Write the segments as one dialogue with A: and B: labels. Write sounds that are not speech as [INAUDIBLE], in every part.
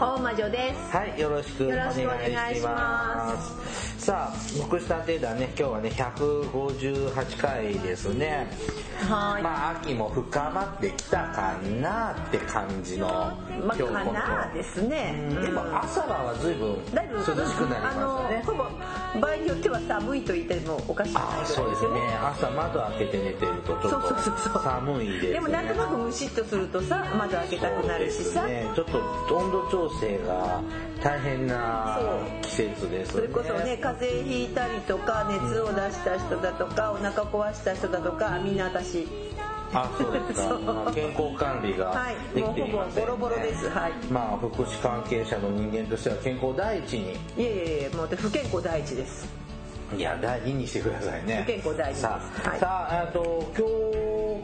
A: 大魔女です。
B: はい、よろしくお
A: よ
B: 願
A: ろ
B: い
A: し
B: し
A: くお願いし
B: ます。
A: ます
B: さあ、福祉探偵団ね、今日はね、158回ですね。
A: はーい。
B: まあ、秋も深まってきたかなって感じの今
A: まあ、
B: 日こ
A: かな
B: の
A: ですね。
B: うんでも
A: うん
B: 朝晩は随分涼しく
A: だい
B: な
A: ぶ
B: りましたね
A: あ。のほぼ場合によっては寒いと言ってもおかしくない
B: ああ、
A: ぐ
B: そ
A: ら
B: う
A: い
B: で
A: ですすよ
B: ね
A: ね。。
B: 朝窓開けて寝てるとちょっ
A: そうそうそうそ
B: と
A: う。
B: 寒いですね。
A: でもなんとなくムシッとするとさ、窓開けたくなるし
B: そ
A: さ
B: う。ですね、ちょっと温度調整が大変な
A: そう
B: 季節ですね。
A: それこそね風邪ひいたりとか熱を出した人だとかお腹壊した人だとかみんな私
B: あ、そうです
A: そ
B: か
A: う。
B: まあ健康管理が
A: はい
B: できてい
A: も
B: ま
A: うほ
B: せん、ね
A: ぼボロボロですはい
B: まあ福祉関係者の人間としては健康第一に。
A: いやいやいやもう私不健康第一です
B: いや第二にしてくださいね。
A: 健康第一です
B: さあ、
A: はい
B: さあえっと今日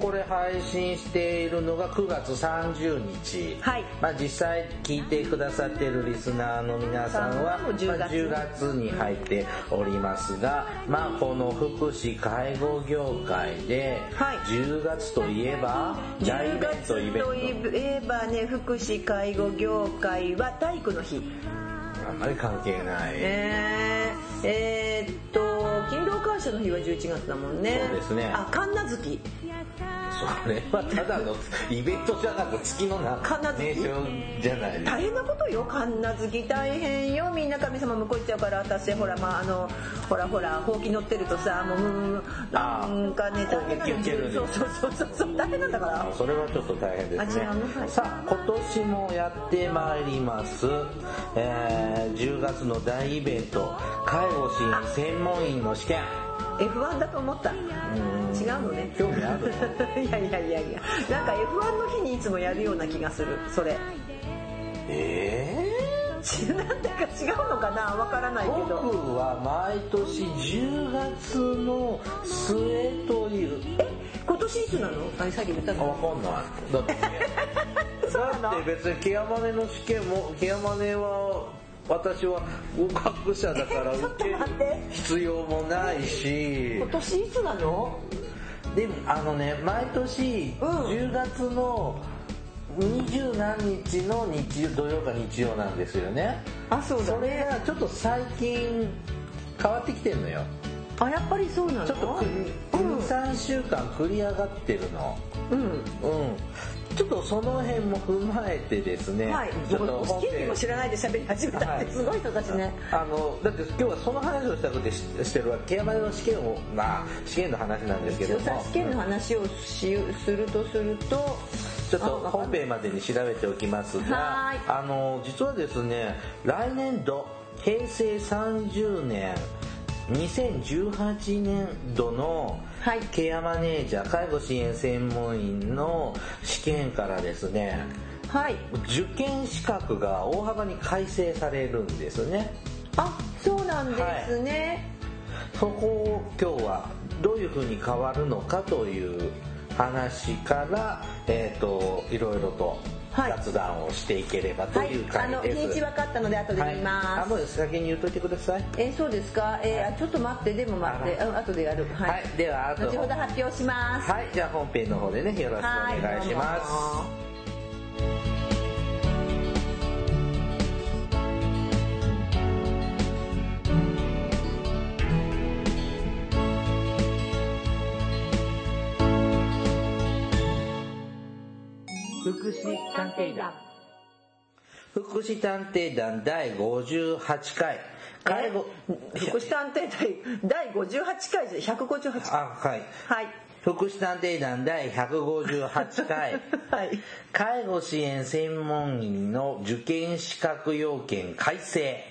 B: これ配信しているのが9月30日。
A: はい
B: まあ実際聞いてくださっているリスナーの皆さんは、まあ
A: もう10月
B: 10月に入っておりますが、まあこの福祉介護業界で
A: はい
B: 10月といえば大イ
A: 10
B: ベン
A: 月
B: ト
A: と
B: イベント。
A: いえばね福祉介護業界は体育の日
B: あんまり関係ない、
A: えー、えーっと勤労感謝の日は11月だもんね
B: そうですね
A: あ神奈月
B: それはただのイベントじゃなく月の中
A: 金月
B: 名称じゃないです
A: 大変なことよ神奈月大変よみんな神様向こう行っちゃうから私ほらまああのほらほらほうき乗ってるとさもううん
B: あ
A: な
B: ー
A: んかね大変な
B: 攻撃受けるん
A: の
B: で
A: そうそうそうそうそう大変なんだから
B: あそれはちょっと大変ですね
A: あ違うのはい
B: さあ今年もやってまいります、えー10月の大イベント介護支援専門員の試験
A: F1 だと思った違うのね
B: 興味ある
A: [LAUGHS] いやいやいやいやなんか F1 の日にいつもやるような気がするそれ [LAUGHS]
B: ええ
A: ちなんだか違うのかなわからないけ
B: 僕
A: ど
B: は毎年10月の末という
A: 今年いつなのあれさっき言ったの
B: わかんない。だって、 [LAUGHS] だって別にケアマネの試験も、ケアマネは、私は合格者だから
A: えちょっ
B: 受け
A: と
B: る
A: 待って
B: 必要もないし
A: 今、年いつなの
B: でもあのね、毎年
A: うん
B: 10月の20何日の日曜、土曜か日曜なんですよね。
A: あそうだ
B: それがちょっと最近変わってきてんのよ。
A: あやっぱりそうなの
B: ちょっと
A: うん
B: 3週間繰り上がってるの。
A: うん
B: うん、ちょっとその辺も踏まえてですね、
A: はい、
B: ちょっと
A: もう好きにも知らないで喋り始めたって、すごい人たちね。
B: あのだって今日はその話をしたくてししてるわけケアマネの試験をまあ試験の話なんですけ
A: 一
B: ど
A: 応
B: も
A: さ試験の話をしするとすると、
B: ちょっと
A: あ
B: 本編までに調べておきますが
A: はーい
B: あの実はですね来年度平成30年2018年度の
A: はい
B: ケアマネージャー介護支援専門員の試験からですね
A: はい。
B: 受験資格が大幅に改正されるんですね
A: あ、そうなんですね。
B: そこを今日はどういうふうに変わるのかという話から、えー、といろいろと
A: はい
B: 雑談をしていければと
A: はい
B: いう。
A: あ
B: 感
A: の
B: じ
A: 日
B: です、
A: にち分かったので後で
B: は
A: 見ま
B: あも
A: す。
B: う先に言っといてください
A: えー、そうですか。えーあちょっと待ってでも待って、あ後でやる。
B: はい、
A: はい。
B: ではあと
A: 後ほど発表します。
B: はいじゃあ本編の方でねよろしくお願いします、
A: は
C: 福祉探偵団
B: 福祉探偵団第58回介護
A: どうも。福祉探偵隊第58回じゃ158回。
B: あはい
A: はい。
B: 福祉探偵団第158回
A: [LAUGHS] はい。
B: 介護支援専門員の受験資格要件改正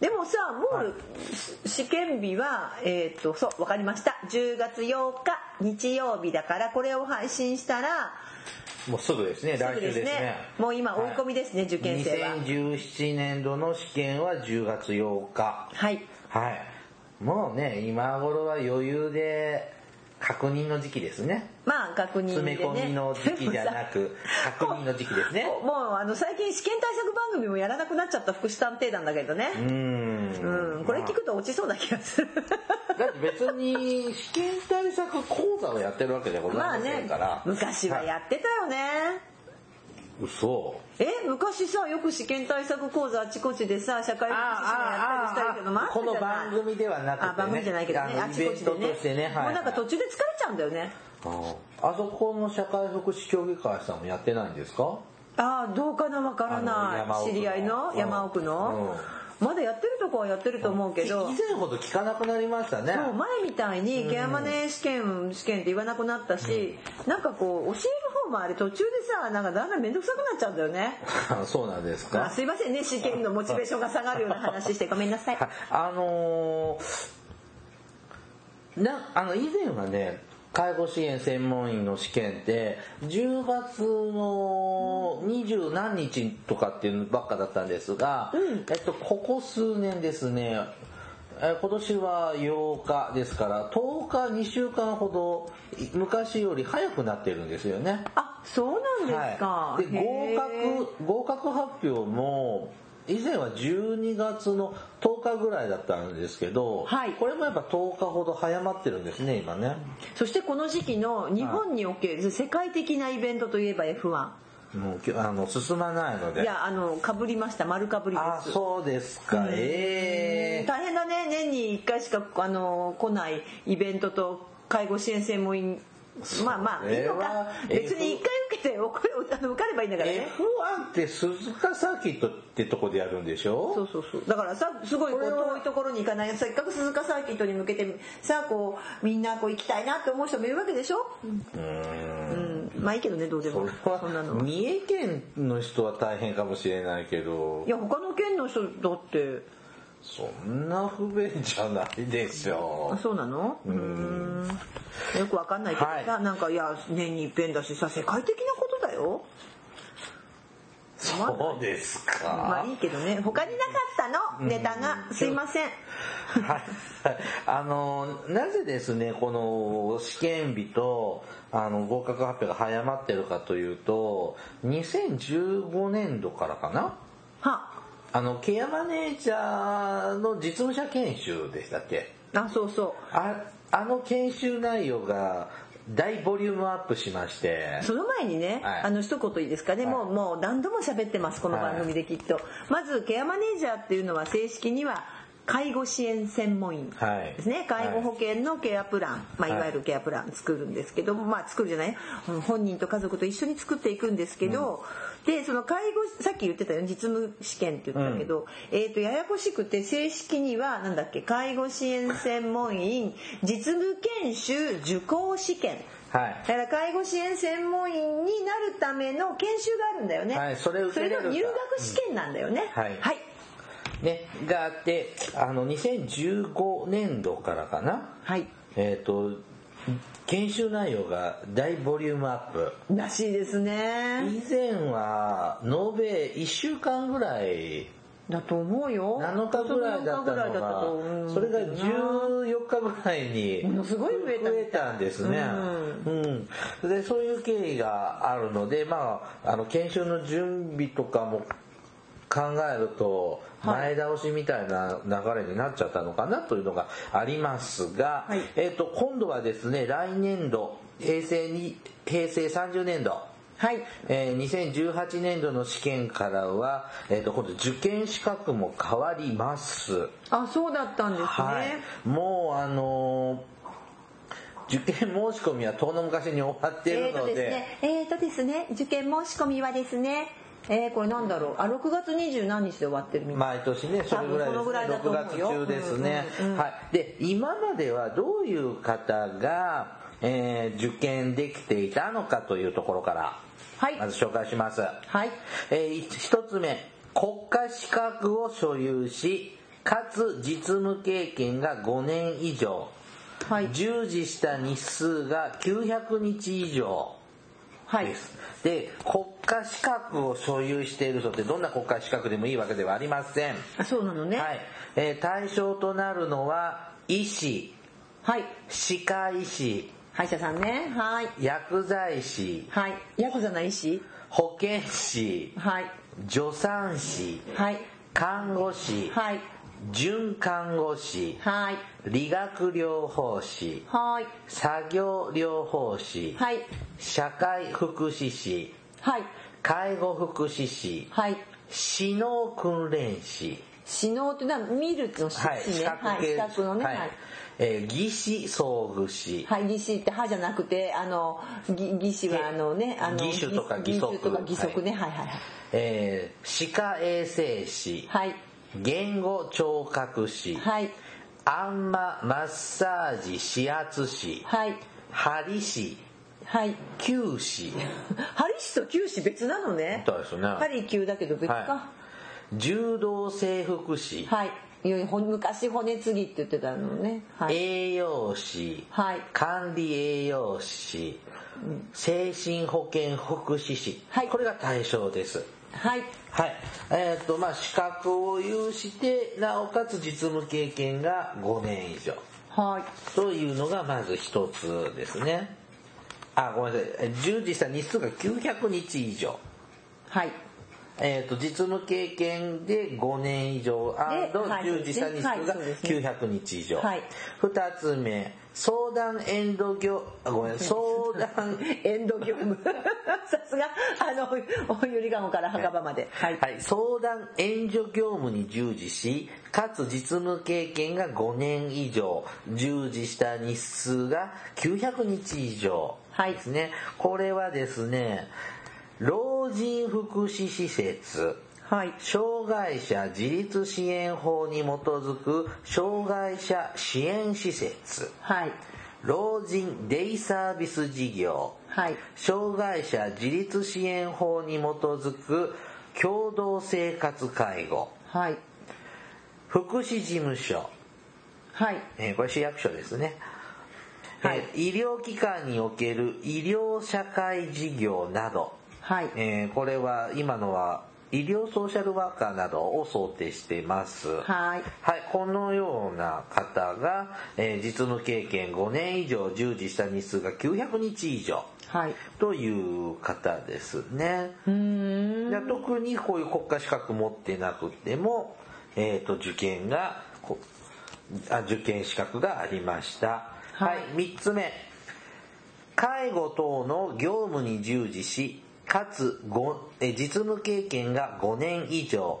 A: でもさもうし試験日はえっ、とそう分かりました10月8日日曜日だからこれを配信したら
B: もうすぐですね、
A: す
B: 来
A: ぐ
B: 週で
A: ですす
B: ね。
A: ねもう今追い込みですね受験生は
B: 2017年度の試験は10月8日。
A: はい
B: はい。もうね、今頃は余裕で確認の時期ですね。
A: まあ確認で
B: 詰
A: ね
B: め込みの時期じゃ
A: [LAUGHS]
B: なく、確認の時期ですね。
A: もうあの最近試験対策番組もやらなくなっちゃった福祉探偵団だけどね
B: うーん
A: うんこれ聞くと落ちそうな気がする
B: だって別に試験対策講座をやってるわけじゃござい
A: ま
B: [LAUGHS]
A: あ
B: ませ
A: ね
B: んから、
A: 昔はやってたよね、
B: 嘘
A: え昔さよく試験対策講座あちこちでさ社会福祉士がやったりしたりけどもあったじ
B: こ
A: ゃない
B: の番組ではなくて、ね、
A: あ番組じゃないけどね
B: あ
A: あ
B: のイ
A: ち
B: ベ
A: こ
B: ン
A: ち
B: ト
A: でね
B: としてねはい
A: もうなんか途中で疲れちゃうんだよね
B: ああそこの社会福祉協議会さんもやってないんですか
A: ああどうかなわから
B: あの山
A: な
B: 奥の
A: い知り合いの
B: うん
A: 山奥の、まだやってるとこはやってると思うけど、
B: 以前ほど聞かなくなりましたね
A: そう前みたいにケアマネー試験、試験って言わなくなったし、なんかこう教える方もあれ途中でさなんかだんだん面倒くさくなっちゃうんだよね
B: そうなんです
A: あ
B: か
A: すいませんね試験のモチベーションが下がるような
B: [LAUGHS]
A: 話してごめんなさい
B: あのーなあの以前はね介護支援専門員の試験って10月の二十何日とかっていうのばっかだったんですが、えっと、ここ数年ですねえ今年は8日ですから10日2週間ほどい昔より早くなってるんですよね。
A: あそうなんですか、
B: はい、で合
A: へー
B: 格合格発表も以前は12月の10日ぐらいだったんですけど、
A: はい
B: これもやっぱ10日ほど早まってるんですね今ね
A: そしてこの時期の日本における世界的なイベントといえば F1
B: もうきあの進まないので
A: いやあのかぶりました丸かぶりです
B: あそうですかええ
A: 大変だね年に1回しかあの来ないイベントと介護支援専門員まあまあいいのか
B: それは
A: 別に1回受けてお [LAUGHS] これあの受かればいいんだからね
B: F1 って鈴鹿サーキットってとこでやるんでし
A: そ
B: ょ
A: うそうそうだからさすごいこう
B: これは
A: 遠いところに行かないせっかく鈴鹿サーキットに向けてさあこうみんなこう行きたいなって思う人もいるわけでしょ、
B: うーん
A: うん、まあいいけどねどうで
B: そ
A: も
B: れ
A: そんな
B: は
A: の
B: 三重県の人は大変かもしれないけど
A: いや他の県の人だって
B: そんな不便じゃないでしょ
A: あそうなのうんよくわかんないけどさ、
B: は
A: なんかいや年に一遍だしさ世界的なことだよ
B: そうです
A: まあ
B: か
A: い。いけどね他になかったのネタがすいません
B: はい。あの、なぜですね、この試験日と、あの、合格発表が早まってるかというと、2015年度からかな
A: は
B: あの、ケアマネージャーの実務者研修でしたっけ
A: あそうそ
B: あ、あの研修内容が大ボリュームアップしまして
A: う、その前にね、
B: はい
A: あの一言いいですかね、
B: はい
A: もうもう何度も喋ってますこの番組できっと、まずケアマネージャーっていうのは正式には介護支援専門員
B: はい
A: ですね介護保険のケアプラン、
B: は
A: まあ、
B: い
A: いわゆるケアプラン作るんですけども、まあ、作るじゃないうん本人と家族と一緒に作っていくんですけど、でその介護さっき言ってたよね実務試験って言ったけど、えー、とややこしくて正式にはなんだっけ介護支援専門員実務研修受講試験
B: はい
A: だ。から介護支援専門員になるための研修があるんだよね、
B: はいそれ受けれるか
A: その入学試験なんだよね、
B: うんはいね、があって、あの、2015年度からかな
A: はい
B: えっ、と、研修内容が大ボリュームアップ。
A: らしいですね
B: 以前は、延べ1週間ぐらい、
A: だと思うよ
B: 7日ぐらいだった
A: 7日ぐらいだったと
B: の
A: 思
B: が、
A: う
B: それが14日ぐらいに、
A: ものすごい増えた
B: 増えたんですね。うん。で、そういう経緯があるので、まあ、あの、研修の準備とかも考えると、
A: はい
B: 前倒しみたいな流れになっちゃったのかなというのがありますが、
A: はい
B: えっ、と、今度はですね、来年度、平成に、平成30年度、
A: はい
B: えー2018年度の試験からは、えっと今度受験資格も変わります。
A: あそうだったんですね、
B: はい、もうあのー受験申し込みは遠の昔に終わってい
A: え
B: る
A: ーと
B: ので,、
A: ですねえーとですね受験申し込みはですねえー、これなんだろうあ6月20何日で終わってるみたい
B: 毎年ねそれぐらい
A: 多分このぐらいだと思
B: です
A: う
B: ね
A: よ
B: 6月中ですね、
A: うんうんうん
B: はい、で今まではどういう方が、えー受験できていたのかというところから
A: はい
B: まず紹介します、
A: はい
B: えー、1つ目国家資格を所有しかつ実務経験が5年以上
A: はい
B: 従事した日数が900日以上
A: はい
B: です、で国家資格を所有している人ってどんな国家資格でもいいわけではありません、
A: あそうなのね
B: はいえー対象となるのは医師
A: はい
B: 歯科医師
A: 歯医者さんねはい
B: 薬剤師
A: はいヤクザな医師
B: 保健師
A: はい
B: 助産師
A: はい
B: 看護師、
A: はい
B: 準看護師
A: はい
B: 理学療法士
A: はい
B: 作業療法士、
A: はい
B: 社会福祉士
A: はい
B: 介護福祉士
A: はい
B: 死能訓練士
A: 死能ってな見るの死ね、
B: はい資格
A: はい、
B: 系
A: 資格のね、
B: は
A: はい
B: いえー技師装具士
A: はい、義士って歯じゃなくて、あの、ぎ義士はあのね、あの、
B: 義手とか義足
A: 義手とか義足ね、はいはい
B: えー歯科衛生士
A: はい。はい。
B: 言語聴覚士
A: はい。
B: あんまマッサージ指圧士
A: はい。
B: 針師
A: はい。
B: 灸師
A: ハリ師と九師別なのね。
B: そうですね
A: ハリ級だけど別か
B: は。柔道整復師、
A: はい。いよいよほ昔骨継ぎって言ってたのね。はい。
B: 栄養士、
A: はい
B: 管理栄養士、精神保健福祉士、
A: はい
B: これが対象です。
A: はい。
B: はい。えっ、と、まあ、資格を有して、なおかつ実務経験が5年以上。
A: はい。
B: というのがまず一つですね。あ、ごめんなさいえ。従事した日数が900日以上。
A: はい。
B: えっ、と、実務経験で5年以上
A: はい
B: 従事した日数
A: はい
B: が
A: そうですね
B: 900日以上。
A: はい
B: 2つ目、相談エンド業、あご
A: [LAUGHS]
B: めん、相談、
A: エンド業務。 [LAUGHS] さすが、あの、おゆりがごから墓場まで。はい。
B: はい、相談援助業務に従事し、かつ実務経験が5年以上、従事した日数が900日以上
A: はい
B: ですね。これはですね、老人福祉施設、
A: はい。
B: 障害者自立支援法に基づく障害者支援施設
A: はい。
B: 老人デイサービス事業
A: はい。
B: 障害者自立支援法に基づく共同生活介護
A: はい。
B: 福祉事務所、
A: はい。
B: えーこれ市役所ですね、
A: はい
B: えー医療機関における医療社会事業など
A: はい。
B: えーこれは今のは医療ソーシャルワーカーなどを想定しています。
A: はい。
B: はい、このような方が、えー実務経験5年以上従事した日数が900日以上
A: はい。
B: という方ですね。で特にこういう国家資格持ってなくても、えーと受験がこあ受験資格がありました。
A: は
B: はいい、3つ目介護等の業務に従事しかつごえ実務経験が5年以上、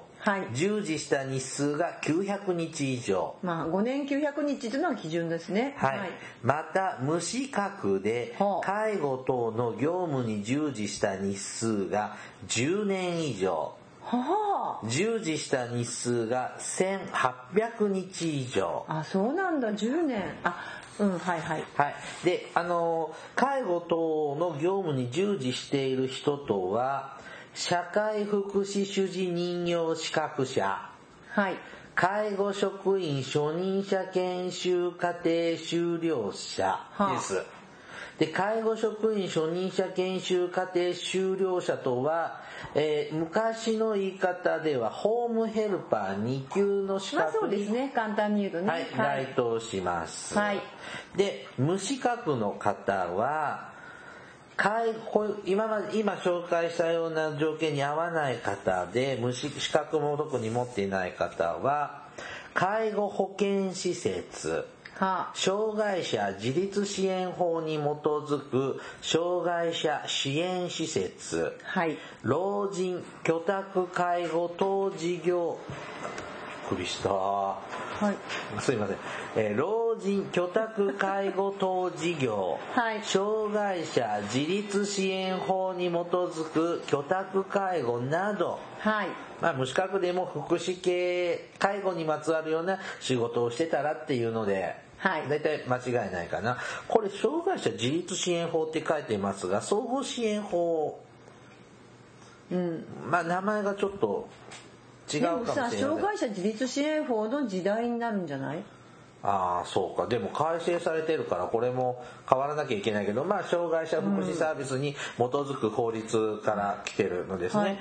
A: はい
B: 従事した日数が900日以上、
A: まあ、5年900日というのは基準ですね。
B: はいまた無資格で
A: ほう
B: 介護等の業務に従事した日数が10年以上
A: は
B: 従事した日数が1800日以上
A: あ、あ、そうなんだ、10年。あ、うん、はいはい。
B: はい。で、あの、介護等の業務に従事している人とは、社会福祉主事任用資格者、
A: はい。
B: 介護職員初任者研修課程修了者です。で、介護職員初任者研修課程修了者とは、えー昔の言い方ではホームヘルパー2級の資
A: まあそ
B: 格
A: う
B: に
A: ですね、簡単に言うとね。
B: はい、該当します。
A: はい
B: で、無資格の方は、介こう今まで今紹介したような条件に合わない方で、無資資格も特に持っていない方は、介護保健施設、
A: は
B: 障害者自立支援法に基づく障害者支援施設、
A: あはい。
B: 老人居宅介護等事業、びっくりした。
A: は
B: [LAUGHS]
A: い。
B: すいません、えー老人居宅介護等事業、
A: はい
B: 障害者自立支援法に基づく居宅介護など、
A: はい。
B: まあ、無資格でも福祉系介護にまつわるような仕事をしてたらっていうので、
A: はい
B: 大体間違いないかなこれ障害者自立支援法って書いてますが総合支援法
A: うん。
B: まあ名前がちょっと違う
A: で
B: か
A: も
B: もしれな
A: さ、
B: い
A: 障害者自立支援法の時代になるんじゃない
B: ああそうかでも改正されてるからこれも変わらなきゃいけないけどまあ障害者福祉サービスに基づく法律から来てるのですね。
A: はい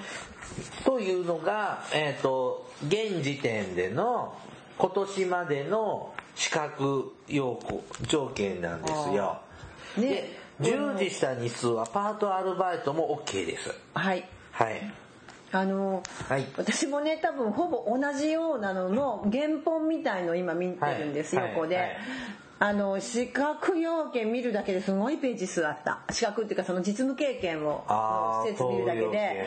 B: というのが、えー、と現時点での今年までの資格要項条件なんですよ。
A: ね
B: で従事した日数はパートアルバイトも OK です。
A: はい
B: はい。
A: あの
B: はい
A: 私もね多分ほぼ同じようなのの原本みたいの今見てるんですよ、
B: はい
A: ここで、
B: はい
A: あの資格要件見るだけですごいページ数あった資格っていうかその実務経験を
B: あー
A: 施設見るだけ
B: 登録
A: で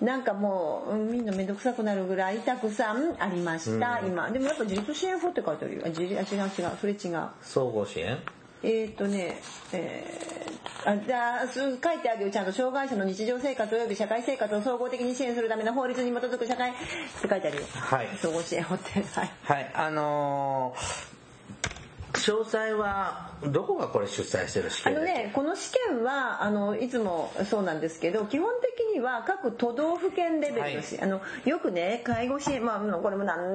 A: なんかもううんみんな面倒くさくなるぐらいたくさんありました、今でもやっぱ自立支援法って書いてあるよあ自立あ違う違うそれ違う
B: 総合支援
A: えー、っとね、えー、あじゃあそう書いてあるよちゃんと障害者の日常生活及び社会生活を総合的に支援するための法律に基づく社会って書いてあるよ
B: はい
A: 総合支援法ってはい
B: はい、あのー詳細は、どこがこれ主催してる試
A: あ
B: 験で
A: のねこの試験はあのいつもそうなんですけど基本的には各都道府県レベルのし、あのよくね介護支援まあもうこれも何で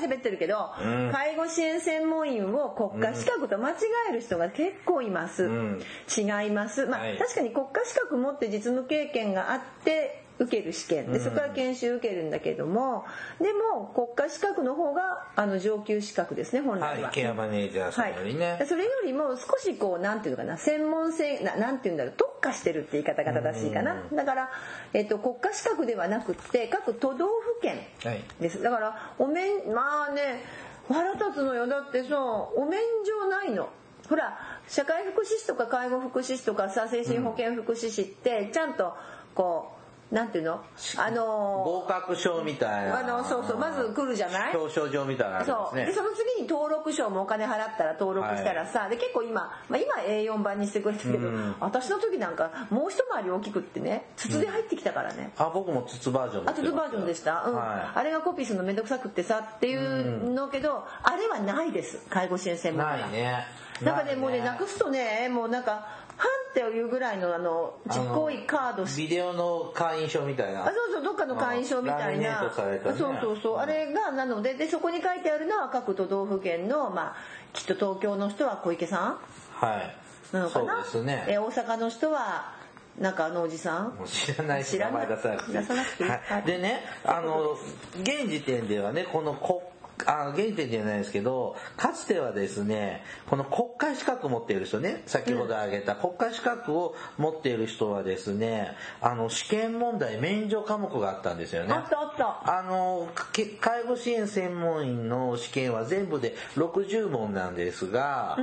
A: も喋ってるけど、
B: うん
A: 介護支援専門員を国家資格と間違える人が結構います、
B: ん
A: 違いますまあ、
B: はい
A: 確かに国家資格持って実務経験があって受ける試験でそこから研修受けるんだけども、でも国家資格の方があの上級資格ですね本来は、
B: はい、ケアマネージャーさんよりね。
A: はい、それよりも少しこうなんていうのかな専門性ななんていうんだろう特化してるって言い方が正しいかなだから、えっと、国家資格ではなくって各都道府県
B: はい
A: ですだからお面まあね腹立つのよだってさお免状ないの。ほら社会福祉士とか介護福祉士とかさ精神保健福祉士ってちゃんとこうなんていうのあの
B: 合格証みたいな。
A: あのそうそうまず来るじゃない
B: 表彰状みたいなのあ
A: そ
B: り
A: う
B: ま
A: ですそ
B: ね。
A: の次に登録証もお金払ったら登録したらさ、で結構今、まあ、今 A4 版にしてくれたけど、
B: うん
A: 私の時なんかもう一回り大きくってね筒で入ってきたからね、
B: あ、僕も筒バージョン持
A: あ
B: ってま
A: と
B: す
A: ドバージョンでした、うん
B: は
A: あれがコピーするの面倒くさくってさっていうのけど、あれはないです介護支援
B: い。
A: 専門家
B: ないね。
A: なんかねもうね
B: い
A: なくすとねもうなんかはんっていうぐらいのあのちっこいカードし
B: ビデオの会員証みたい
A: あ
B: な
A: そ。うそうどっかの会員証みた
B: ラ
A: い
B: ミネー
A: な
B: トされたね
A: そうそうそうあれがなのででそこに書いてあるのは各都道府県のまあきっと東京の人は小池さん
B: はい。
A: なのかな
B: そうです
A: え
B: ね。
A: 大阪の人はなんかあのおじさん
B: もう知らないし
A: 知ら
B: 名
A: ない
B: 前出さなくていい
A: 出さなくていい
B: は
A: はいい
B: でねあの現時点ではねこの国あ現時点じゃないですけどかつてはですねこの国会資格持っている人ね先ほど挙げた国会資格を持っている人はですねあの試験問題免除科目があったんですよね
A: あったあった
B: あのけ介護支援専門員の試験は全部で60問なんですが、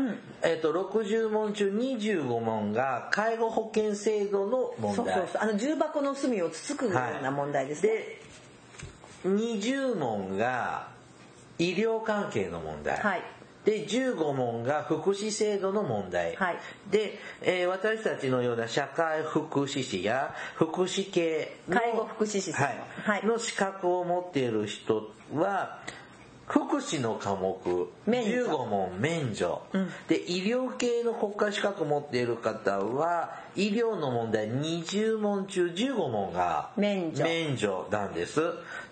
B: えっと60問中25問が介護保険制度の問題
A: そうそうそうあの重箱の隅をつつくような問題ですね、
B: で20問が医療関係の問題、
A: はい
B: で15問が福祉制度の問題、
A: はい
B: で、えー私たちのような社会福祉士や福祉系の
A: 介護福祉士さん
B: はい
A: はい
B: の資格を持っている人は福祉の科目
A: 免除
B: 15問免除、で医療系の国家資格を持っている方は医療の問題20問中15問が
A: 免除
B: 免除なんです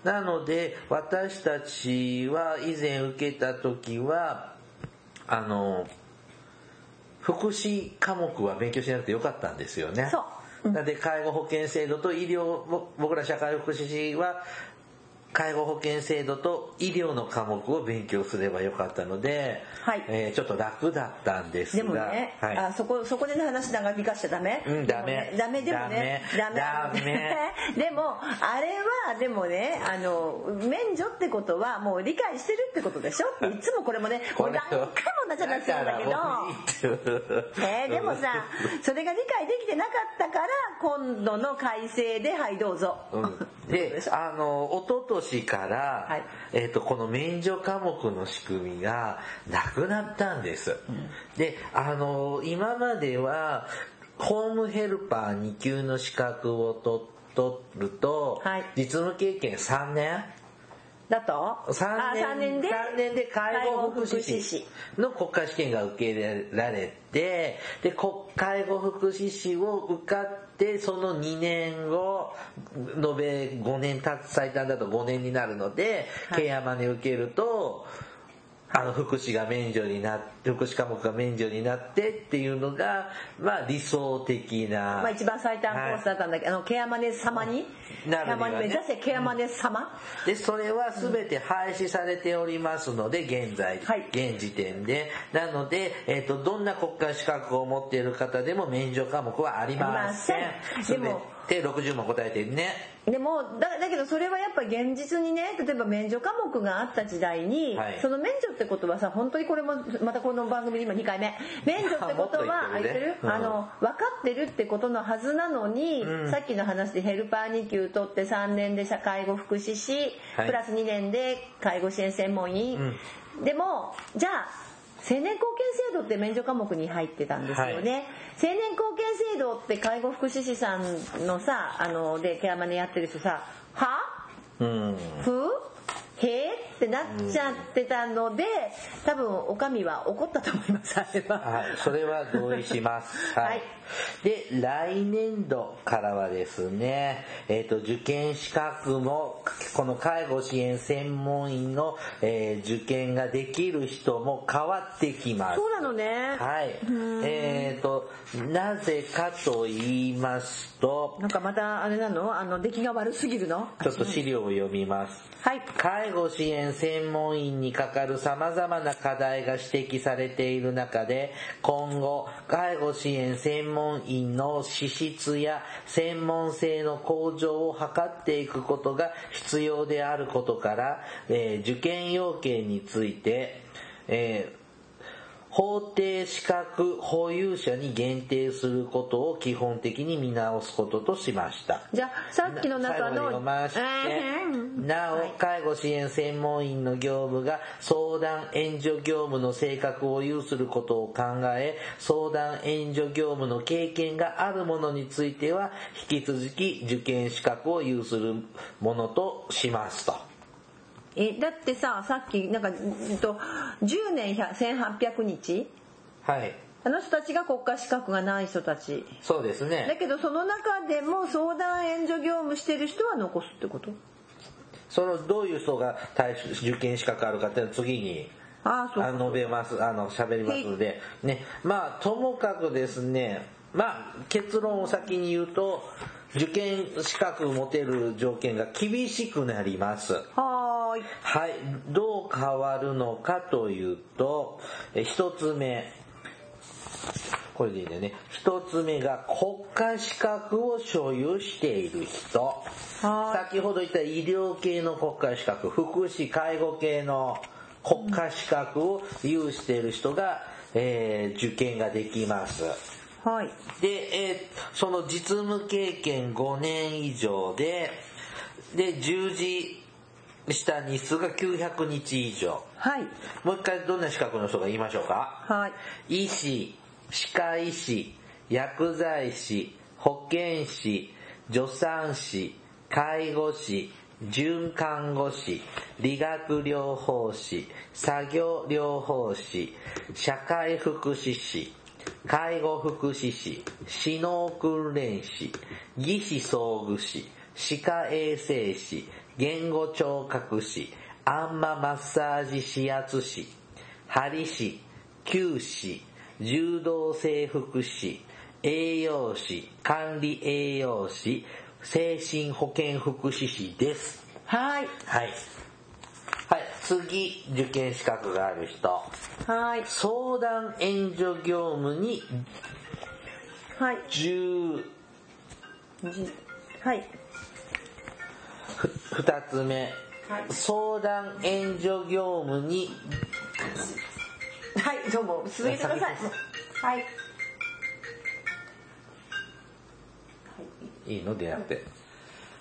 B: なので私たちは以前受けた時はあの福祉科目は勉強しなくてよかったんですよね
A: そううん
B: なので介護保険制度と医療ぼ僕ら社会福祉士は介護保険制度と医療の科目を勉強すればよかったので、
A: はい
B: えーちょっと楽だったんですが
A: でもね、
B: はい
A: あそこそこでの話長引かしちゃダメ、
B: うん
A: でもね
B: ダ
A: ダ
B: メ
A: メでもね
B: ダメ
A: ダメ [LAUGHS] でもあれはでもねあの免除ってことはもう理解してるってことでしょ
B: [LAUGHS]
A: っていつもこれもねもう何回も同じ話なんだけど
B: だからもういいって
A: えーでもさそれが理解できてなかったから今度の改正ではいどうぞ、
B: うんであの一昨年から、
A: はい
B: えっとこの免除科目の仕組みがなくなったんです、であの今まではホームヘルパー2級の資格を取取ると、
A: はい
B: 実務経験3年
A: だと
B: 3
A: あ
B: 年
A: 三年で
B: 三年で介護福祉士の国家試験が受け入れられてで国介護福祉士を受かってその2年後延べ5年経つ最短だと5年になるので、
A: はい
B: ケアマネ受けるとあの福祉が免除になって福祉科目が免除になってっていうのが、まあ、理想的な、
A: まあ、一番最短コースだったんだけど、あのケアマネ様に
B: なるには
A: ケ
B: ね
A: アマネ目指せケアマネ様、
B: でそれは全て廃止されておりますので現在、
A: はい
B: 現時点でなので、えっとどんな国家資格を持っている方でも免除科目はありません
A: ありませんでも
B: 全て60問答えてね
A: でもだだけどそれはやっぱ現実にね例えば免除科目があった時代に、
B: はい
A: その免除ってことはさ本当にこれもまたこの番組で今2回目免除ってこと
B: [LAUGHS]
A: は
B: も
A: あ
B: っと言ってるね
A: 言ってる
B: うん
A: あの分かってるってことのはずなのに、さっきの話でヘルパー2級取って3年で社会護福祉士、
B: はい
A: プラス2年で介護支援専門員、でもじゃあ成年後見制度って免除科目に入ってたんですよね、成年後見制度って介護福祉士さんのさあのでケアマネやってる人さ「は
B: うん
A: ふへえ?」ってなっちゃってたので多分おかみは怒ったと思いますあれは。
B: はい、それは同意します。
A: [LAUGHS] はい
B: はい。で、来年度からはですね、えっ、と、受験資格も、この介護支援専門員の、えー受験ができる人も変わってきます
A: そ。うなのね、
B: はい。えっ、と、なぜかと言いますと、
A: なんかまたあれなのあの出来が悪すぎるの
B: ちょっと資料を読みます。
A: はい
B: 介護支援専門員にかかる様々な課題が指摘されている中で、今後、介護支援専門員の資質や専門性の向上を図っていくことが必要であることから、えー受験要件について、えー法定資格保有者に限定することを基本的に見直すこととしました。
A: じゃあさっきの
B: 最
A: 中
B: 後に
A: の
B: 読まして、なお介護支援専門員の業務が相談援助業務の性格を有することを考え相談援助業務の経験があるものについては引き続き受験資格を有するものとしますと。
A: えだってささっきなんか、うんと、10年100 1800日
B: はい
A: あの人たちが国家資格がない人たち。
B: そうです
A: だ
B: ね
A: けどその中でも相談援助業務してる人は残すってこと
B: そのどういう人が対受験資格あるかっていうのは次に
A: ああそう
B: あ述べます、あの、喋りますので、ね、まあ、ともかくですね、まあ、結論を先に言うと、受験資格持てる条件が厳しくなります。
A: はーい
B: はい、どう変わるのかというと、え一つ目、これでいいんだよね。一つ目が国家資格を所有している人。
A: はーい
B: 先ほど言った医療系の国家資格、福祉、介護系の国家資格を有している人が、えー受験ができます。
A: はい
B: で、えーその実務経験5年以上で、で、従事した日数が900日以上。
A: はい
B: もう一回どんな資格の人が言いましょうか
A: はい
B: 医師、歯科医師、薬剤師、保健師、助産師、介護士、准看護師、理学療法士、作業療法士、社会福祉士、介護福祉士、死能訓練士、技師装具士、歯科衛生士、言語聴覚士、あんまマッサージ指圧士、針師、九師、柔道整復師、栄養士、管理栄養士、精神保健福祉士です。
A: はい
B: はい。はい、次、受験資格がある人。
A: はい
B: 相談援助業務に
A: はい
B: 10、
A: じはい
B: 二つ目、相談援助業務に
A: はいどうも続けてくださいはい
B: いいのであって。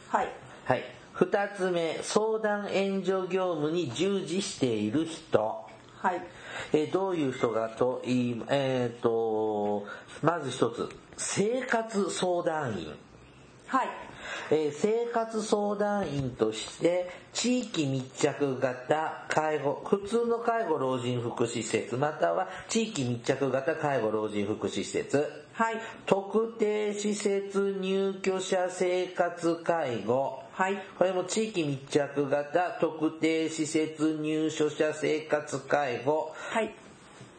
A: はい
B: はい。二つ目、相談援助業務に従事している人。
A: はい
B: えーどういう人がと言い、えー、と、まず一つ、生活相談員。
A: はい
B: えー生活相談員として地域密着型介護普通の介護老人福祉施設または地域密着型介護老人福祉施設
A: はい
B: 特定施設入居者生活介護
A: はい
B: これも地域密着型特定施設入所者生活介護
A: はい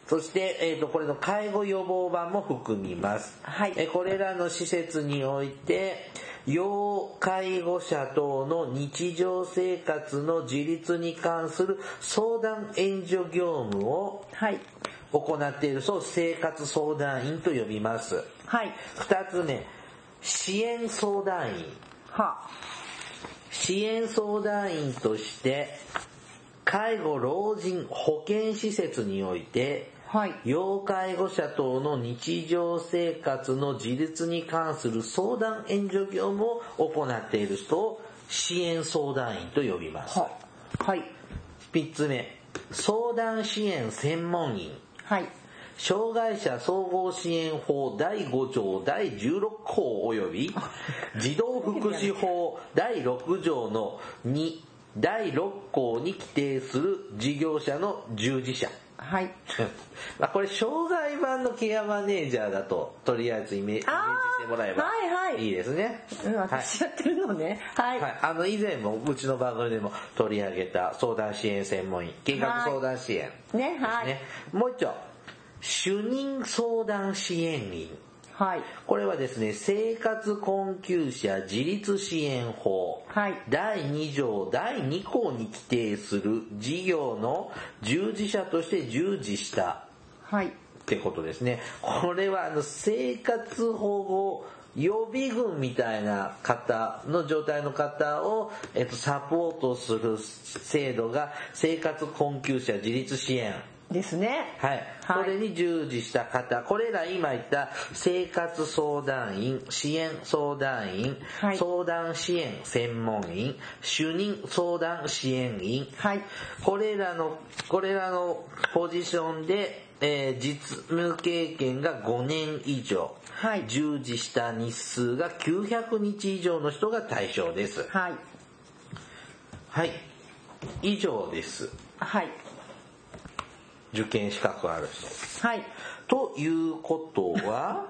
B: そして、えー、とこれの介護予防版も含みます、
A: はい
B: えーこれらの施設において要介護者等の日常生活の自立に関する相談援助業務を
A: はい
B: 行っているそう生活相談員と呼びます
A: はい
B: 2つ目支援相談員
A: は
B: 支援相談員として介護老人保健施設において
A: あはい
B: 要介護者等の日常生活の自立に関する相談援助業務を行っている人を支援相談員と呼びます。
A: はあはい
B: 3つ目、相談支援専門員。
A: はい
B: 障害者総合支援法第5条第16項及び児童福祉法第6条の2第6項に規定する事業者の従事者。
A: はい
B: [LAUGHS] まあこれ障害版のケアマネージャーだととりあえずイメイメージしてもらえば
A: はいはい
B: いいですね。
A: うん
B: はい
A: 私やってるのねはい
B: はい、あの以前もうちの番組でも取り上げた相談支援専門員計画相談支援です
A: ねはい
B: ね。もう一丁主任相談支援員
A: はい
B: これはですね生活困窮者自立支援法、
A: はい
B: 第2条第2項に規定する事業の従事者として従事した
A: はい
B: ってことですね。これはあの生活保護予備軍みたいな方の状態の方を、えっと、サポートする制度が生活困窮者自立支援。
A: ですね
B: はい。
A: はい
B: これに従事した方、これら今言った生活相談員、支援相談員、
A: はい
B: 相談支援専門員、主任相談支援員、
A: はい
B: これらの、これらのポジションで、えー実務経験が5年以上、
A: はい
B: 従事した日数が900日以上の人が対象です。
A: はい
B: はい。以上です。
A: はい
B: 受験資格ある人。
A: はい
B: ということは、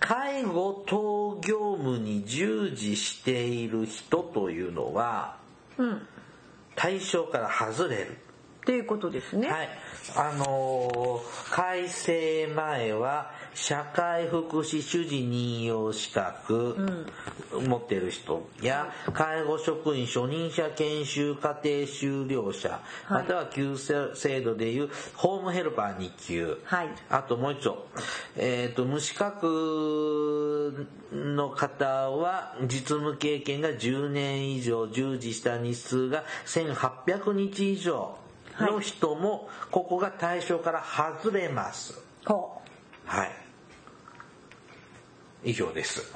B: 介護等業務に従事している人というのは、
A: うん
B: 対象から外れる。
A: ということですね
B: はい。あのー改正前は、社会福祉主事任用資格持ってる人や、介護職員初任者研修家庭修了者、
A: はい
B: または旧制度でいうホームヘルパー2級、
A: はい
B: あともう一丁、えっ、と、無資格の方は、実務経験が10年以上、従事した日数が1800日以上の人も、ここが対象から外れます。
A: ほう
B: はい。以上です。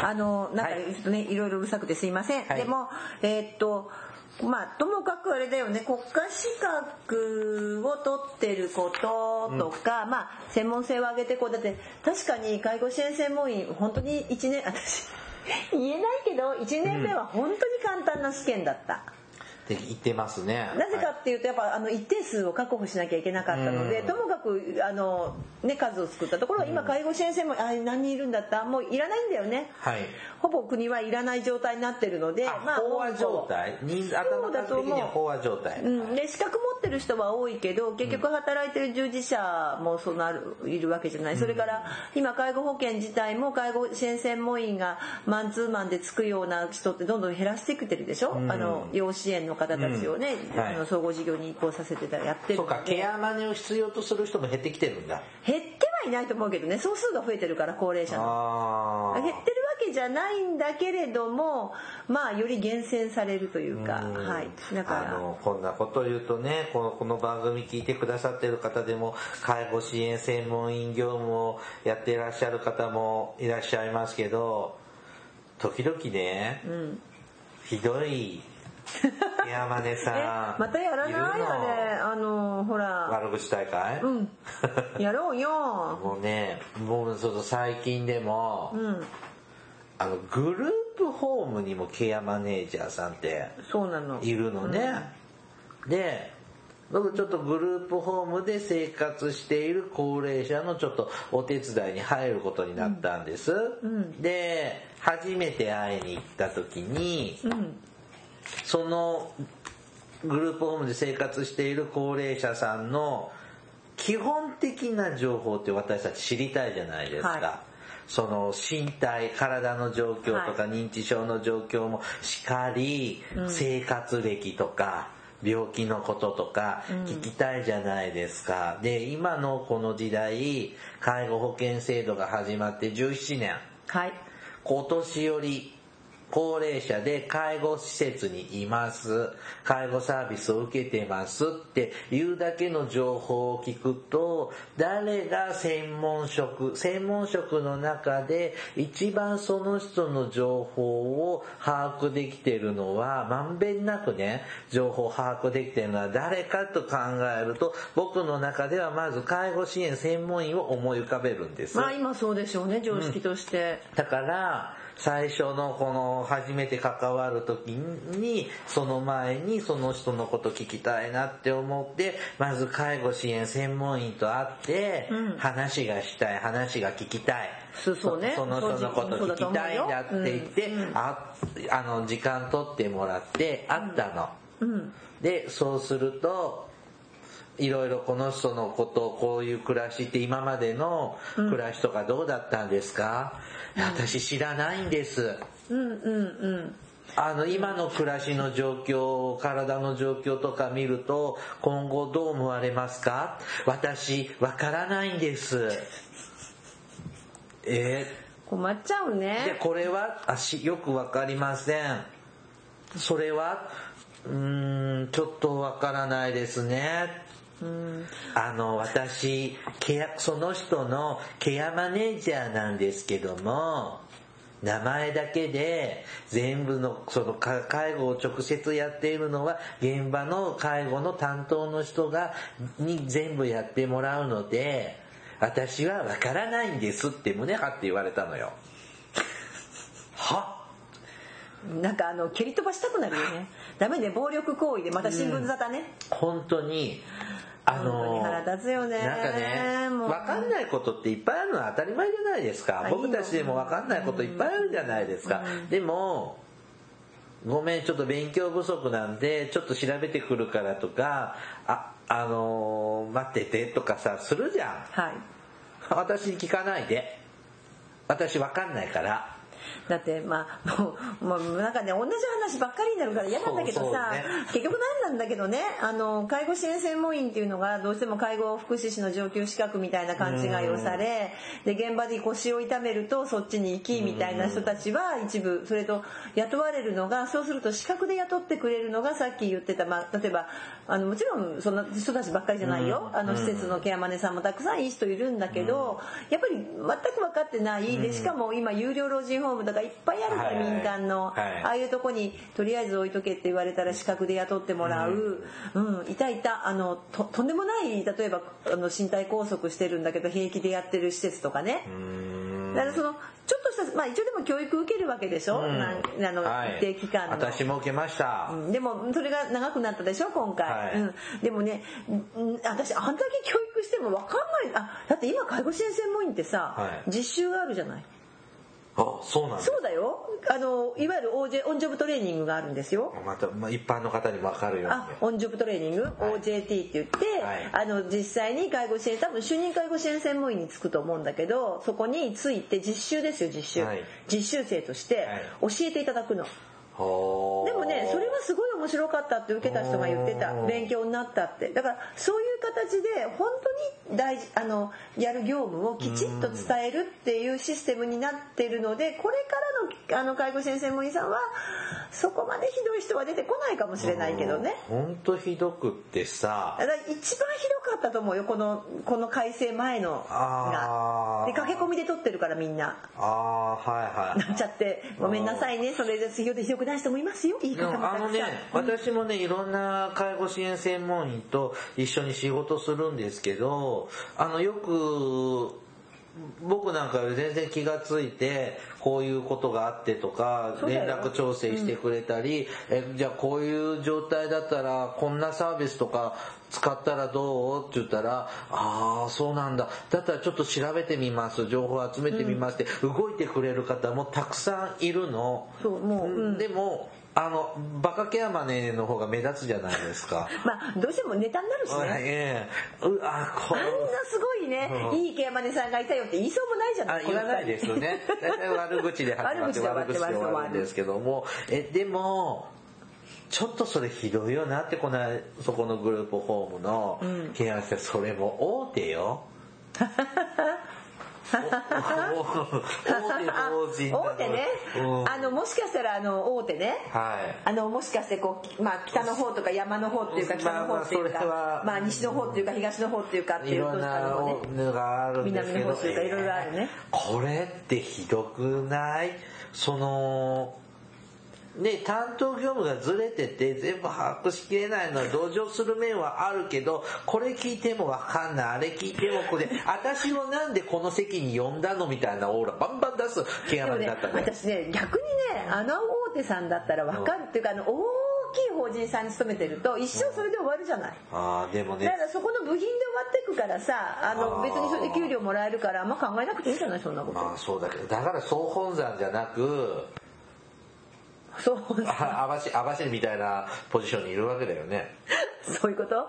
A: あの、なんか
B: はい
A: ちょっとね、いろいろうるさくてすいません。
B: はい
A: でも、えーっと、まあ、ともかくあれだよね、国家資格を取ってることとか、まあ、専門性を上げてこう、だって、確かに介護支援専門員、本当に1年、私、言えないけど、1年目は本当に簡単な試験だった。
B: って言ってますね。
A: なぜか
B: はい
A: っていうとやっぱあの一定数を確保しなきゃいけなかったので、
B: うん
A: ともかくあの、ね、数を作ったところは今介護支援専門あ何人いるんだったもういらないんだよね、
B: はい
A: ほぼ国はいらない状態になってるので
B: あ、飽和状態人数頭数的には飽和状態。
A: うん、で資格持ってる人は多いけど結局働いてる従事者もそのあるいるわけじゃないそれから今介護保険自体も介護支援専門員がマンツーマンでつくような人ってどんどん減らしてきてるでしょ、あの要支援の方たちをね、
B: うんはい
A: あの総合事業に移行させてたらやってる
B: そう
A: の
B: か、
A: で
B: ケアマネを必要とする人も減ってきてるんだ。
A: 減ってはいないと思うけどね総数が増えてるから高齢者の。
B: あ
A: 減ってるわけじゃないんだけれどもまあより厳選されるというか、
B: うん
A: はいだから
B: あのこんなこと言うとねこのこの番組聞いてくださってる方でも介護支援専門員業務をやっていらっしゃる方もいらっしゃいますけど時々ね、ひどい山根さ
A: [LAUGHS] え
B: ん
A: またやらない
B: るの
A: よねあのほら
B: 悪口大会、 [LAUGHS]
A: うんやろうよ
B: もうねもうその最近でも、
A: うん
B: あのグループホームにもケアマネージャーさんって
A: そうなの
B: いるのね、で僕ちょっとグループホームで生活している高齢者のちょっとお手伝いに入ることになったんです、で初めて会いに行った時に、そのグループホームで生活している高齢者さんの基本的な情報って私たち知りたいじゃないですか。
A: は
B: その身体、体の状況とか
A: は
B: 認知症の状況もしかり、生活歴とか病気のこととか聞きたいじゃないですか。で、今のこの時代、介護保険制度が始まって17年。
A: はい
B: お年寄り、高齢者で介護施設にいます、介護サービスを受けてますっていうだけの情報を聞くと、誰が専門職、専門職の中で一番その人の情報を把握できてるのは、まんべんなくね、情報を把握できてるのは誰かと考えると、僕の中ではまず介護支援専門員を思い浮かべるんです。
A: まあ今そうでしょうね常識として、
B: だから、最初のこの初めて関わる時に、その前にその人のこと聞きたいなって思って、まず介護支援専門員と会って、話がしたい、話が聞きたい。
A: そうそうね
B: その人のこと
A: そう
B: 聞きたいんだって言って、
A: うんうん
B: ああの、時間取ってもらって、会ったの。
A: うん
B: で、そうすると、いろいろこの人のこと、こういう暮らしって今までの暮らしとかどうだったんですか、いや私知らないんです。
A: うんうんうん
B: あの、今の暮らしの状況、体の状況とか見ると、今後どう思われますか私、わからないんです。えー
A: 困っちゃう
B: で
A: ね
B: これはあしよくわかりませんそれはうーんちょっとわからないですねあの私ケアその人のケアマネージャーなんですけども名前だけで全部のそのか介護を直接やっているのは現場の介護の担当の人がに全部やってもらうので私はわからないんですって胸張って言われたのよ。は
A: なんかあの蹴り飛ばしたくなるよねダメね暴力行為でまた新聞沙汰ね、
B: 本当にあ
A: 本当
B: の
A: に腹立つよね
B: なんかね
A: もう
B: 分かんないことっていっぱいあるのは当たり前じゃないですか
A: あいいの
B: 僕たちでも分かんないこといっぱいあるじゃないですか、でもごめんちょっと勉強不足なんでちょっと調べてくるからとかああのー待っててとかさするじゃ
A: はい
B: ん私に聞かないで私分かんないから
A: だってまあもうもうなんかね同じ話ばっかりになるから嫌なんだけ
B: そ
A: ど
B: うそう
A: さ、
B: ね
A: 結局なんなんだけどねあの介護支援専門員っていうのがどうしても介護福祉士の上級資格みたいな勘違いをされで現場で腰を痛めるとそっちに行きみたいな人たちは一部それと雇われるのがそうすると資格で雇ってくれるのがさっき言ってた、まあ、例えばあのもちろんそんな人たちばっかりじゃないよあの施設のケアマネさんもたくさんいい人いるんだけどやっぱり全く分かってないでしかも今有料老人ホームとかいっぱいあるか
B: はい
A: ら
B: はい
A: 民間の
B: はい
A: ああいうとこにとりあえず置いとけって言われたら資格で雇ってもらう、うんいたいたあのととんでもない例えばあの身体拘束してるんだけど平気でやってる施設とかね、だからそのちょっとした、まあ、一応でも教育受けるわけでしょ、
B: うん
A: なんあの
B: はい
A: 一定期間の。
B: 私も受けました、
A: うんでもそれが長くなったでしょ今回、
B: はい
A: うん、でもねうん私あんだけ教育しても分かんないあだって今介護支援専門員ってさ、
B: はい
A: 実習があるじゃない
B: あそうなんだ
A: そうだよあのいわゆるオージェオンジョブトレーニングがあるんですよ
B: また、まあ、一般の方に分かるように
A: あオンジョブトレーニング、OJT って言って、
B: はい
A: あの実際に介護支援多分主任介護支援専門員につくと思うんだけどそこについて実習ですよ実習、
B: はい
A: 実習生として教えていただくの、
B: ほー
A: でもねそれはすごい面白かったって受けた人が言ってた
B: おー
A: 勉強になったってだからそういう形で本当に大事あのやる業務をきちっと伝えるっていうシステムになってるのでこれからのあの介護支援専門医さんはそこまでひどい人は出てこないかもしれないけどね。
B: ほんとひどくってさ
A: だから一番ひどかったと思うよこのこの改正前の
B: あ
A: が
B: ー
A: で駆け込みで撮ってるからみんな
B: ああはい
A: [LAUGHS]
B: は
A: なっちゃってごめんなさいねそれで次でひどくない人もいますよいい
B: いで
A: 方もた
B: もあ
A: くさん
B: のね、私もねいろんな介護支援専門員と一緒に仕事するんですけどあのよく僕なんかより全然気がついてこういうことがあってとか
A: そうだ
B: 連
A: よ
B: 絡調整してくれたり、えじゃあこういう状態だったらこんなサービスとか使ったらどうって言ったらああそうなんだだったらちょっと調べてみます情報集めてみますって、動いてくれる方もたくさんいるの
A: そうもううん
B: でもあのバカケアマネーの方が目立つじゃないですか
A: まあどうしてもネタになるしね、
B: ええうあこ
A: あんなすごいね、
B: うん
A: いいケアマネさんがいたよって言いそうもないじゃな
B: あ
A: い
B: 言わないですよね大体悪口で始まって悪
A: 悪
B: 口
A: 口
B: で
A: で
B: 終
A: 終
B: わ
A: わ
B: る
A: る
B: んですけどもえでもちょっとそれひどいよなってこの間そこのグループホームのケアしてそれも大手
A: [LAUGHS]
B: よおお大手法人なの
A: 大手ね、
B: うん
A: あのもしかしたらあの大手ね
B: はい
A: あのもしかしてこう、まあ、北の方とか山の方っていうか
B: うん
A: 北の方っていうか、
B: まあまあそれは
A: まあ、西の方っていうか東の方っていうかって
B: い
A: いう
B: ろんな
A: どうしたのかね
B: のがあるんですけど、
A: 南の方というかいろいろあるね
B: これってひどくないそのね、担当業務がずれてて全部把握しきれないのは同情する面はあるけどこれ聞いてもわかんないあれ聞いてもこれ私をなんでこの席に呼んだのみたいなオーラバンバン出すケア
A: で
B: マ
A: も
B: ン
A: ね
B: だったね
A: 私ね逆にねあの大手さんだったら分かるっていうかあの大きい法人さんに勤めてると一生それで終わるじゃない。
B: ああでも
A: だ
B: ね
A: からそこの部品で終わってくからさあ
B: あー
A: の別にそれで給料もらえるからあんま考えなくていいんじゃないそんなこと、
B: まあそうだけどだから総本山じゃなく
A: そう [LAUGHS]
B: あ網走網走みたいなポジションにいるわけだよね
A: そういうこと、あ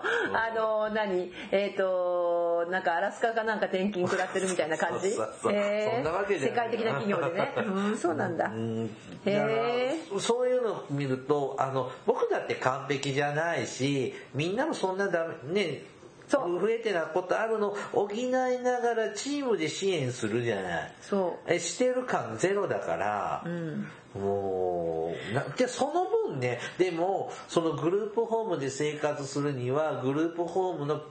A: の何えっ、となんかアラスカかなんか転勤食らってるみたいな感じ
B: そうそうそう
A: へー
B: そんなわけじゃ
A: 世
B: ない
A: 界的な企業でねうんそうなんだ、
B: うん
A: へ
B: だか
A: え
B: らそういうのを見るとあの僕だって完璧じゃないしみんなもそんなダメね
A: そう
B: 増えてなことあるの補いながらチームで支援するじゃない
A: そ
B: えしてる感ゼロだから、
A: ううん
B: もうなでその分ねでもそのグループホームで生活するにはグループホームの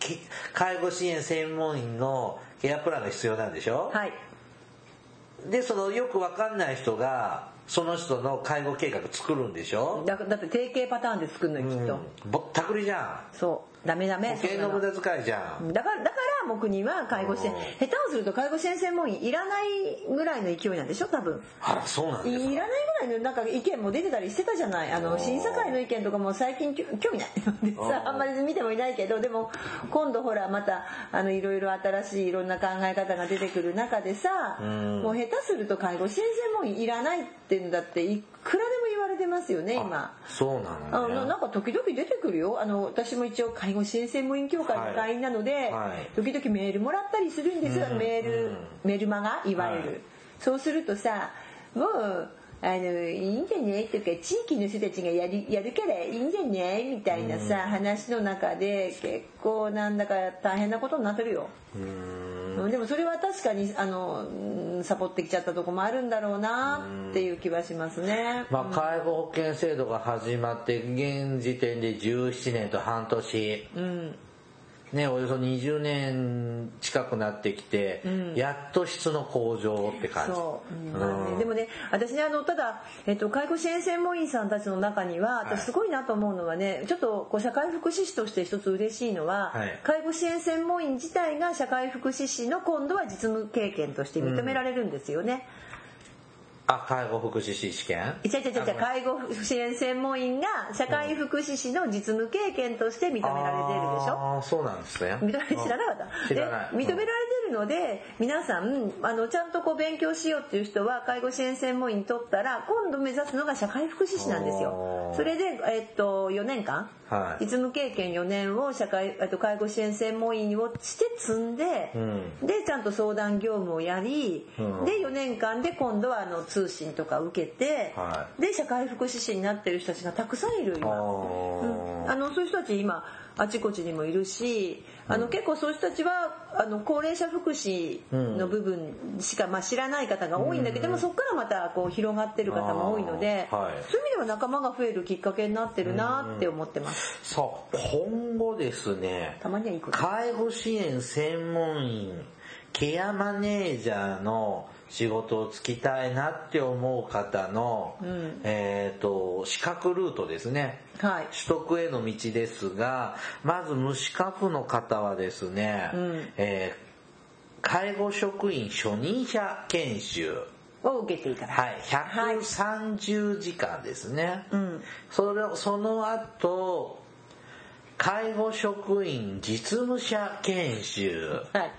B: き介護支援専門員のケアプランが必要なんでしょ
A: はい
B: でそのよくわかんない人がその人の介護計画作るんでしょ、
A: だだって定型パターンで作るの
B: う
A: よきっと、
B: ん、ぼったくりじゃ
A: そうダメダ
B: ん
A: メ
B: 保険
A: そ
B: の
A: んなの
B: 無駄遣いじゃん、
A: だからだからもう国は介護支援
B: うん
A: 下手をすると介護支援専門員いらないぐらいの勢いなんでしょ多分
B: あらそうなん
A: い
B: です
A: らない
B: か
A: ぐらいのなんか意見も出てたりしてたじゃないあ
B: お
A: の
B: ー
A: 審査会の意見とかも最近きょ興味ないでさ
B: おー
A: あんまり見てもいないけどでも今度ほらまたあのいろいろ新しいいろんな考え方が出てくる中でさ
B: うん
A: もう下手すると介護支援専門医いらないっていうんだっていくらでも言われてますよね今。
B: そうなん
A: あ
B: だ、
A: の
B: ね、
A: なんか時々出てくるよあの私も一応介護支援専門員協会の会員なので、
B: はい
A: 時々メールもらったりするんです、
B: うん
A: メール、
B: うん
A: メルマガいわゆる、
B: はい
A: そうするとさもうあのいいんじゃねとか地域の人たちがやりやるからいいんじゃねみたいなさ、話の中で結構なんだか大変なことになってるよ、
B: うーん
A: うんでもそれは確かにあのうんサボってきちゃったとこもあるんだろうなっていう気はしますね、
B: まあ、介護保険制度が始まって現時点で17年と半年、
A: うん
B: ね、およそ20年近くなってきて、やっと質の向上って感じ
A: そう、うん
B: うん
A: まあねでもね私ねあのただ、えっと、介護支援専門員さんたちの中には
B: はい
A: 私すごいなと思うのはね、ちょっとこう社会福祉士として一つ嬉しいのは、
B: はい
A: 介護支援専門員自体が社会福祉士の今度は実務経験として認められるんですよね。
B: あ介護福祉士試験
A: いちゃいちゃいちゃいちゃい
B: あ
A: 介護支援専門員が社会福祉士の実務経験として認められているでしょ。
B: あーそうなんですね
A: 認め知らなかった
B: 知らない
A: で認められてるので皆さんあのちゃんとこう勉強しようっていう人は介護支援専門員取ったら今度目指すのが社会福祉士なんです
B: お
A: よ
B: ー
A: それで、えっと、4年間、
B: はい
A: 実務経験4年を社会えっと介護支援専門員をして積んで、
B: う
A: でちゃんと相談業務をやり、
B: うん
A: で4年間で今度はあの通信とか受けて、
B: は
A: で社会福祉士になってる人たちがたくさんいる
B: あ
A: 今。
B: ー
A: あのそういう人たち今あちこちにもいるしあの結構そういう人たちはあの高齢者福祉の部分しか、まあ、知らない方が多いんだけども、そこからまたこう広がってる方も多いので、
B: あーはい
A: そういう意味では仲間が増えるきっかけになってるなって思ってます。
B: さあ今後ですね
A: たまにはいいこと
B: 介護支援専門員ケアマネージャーの仕事をつきたいなって思う方の、
A: ん
B: えっ、と資格ルートですね
A: はい
B: 取得への道ですがまず無資格の方はですね、
A: うん
B: えー介護職員初任者研修。
A: を受けていただく。
B: はい、130時間ですね。
A: ん
B: それその後、介護職員実務者研修。
A: はい。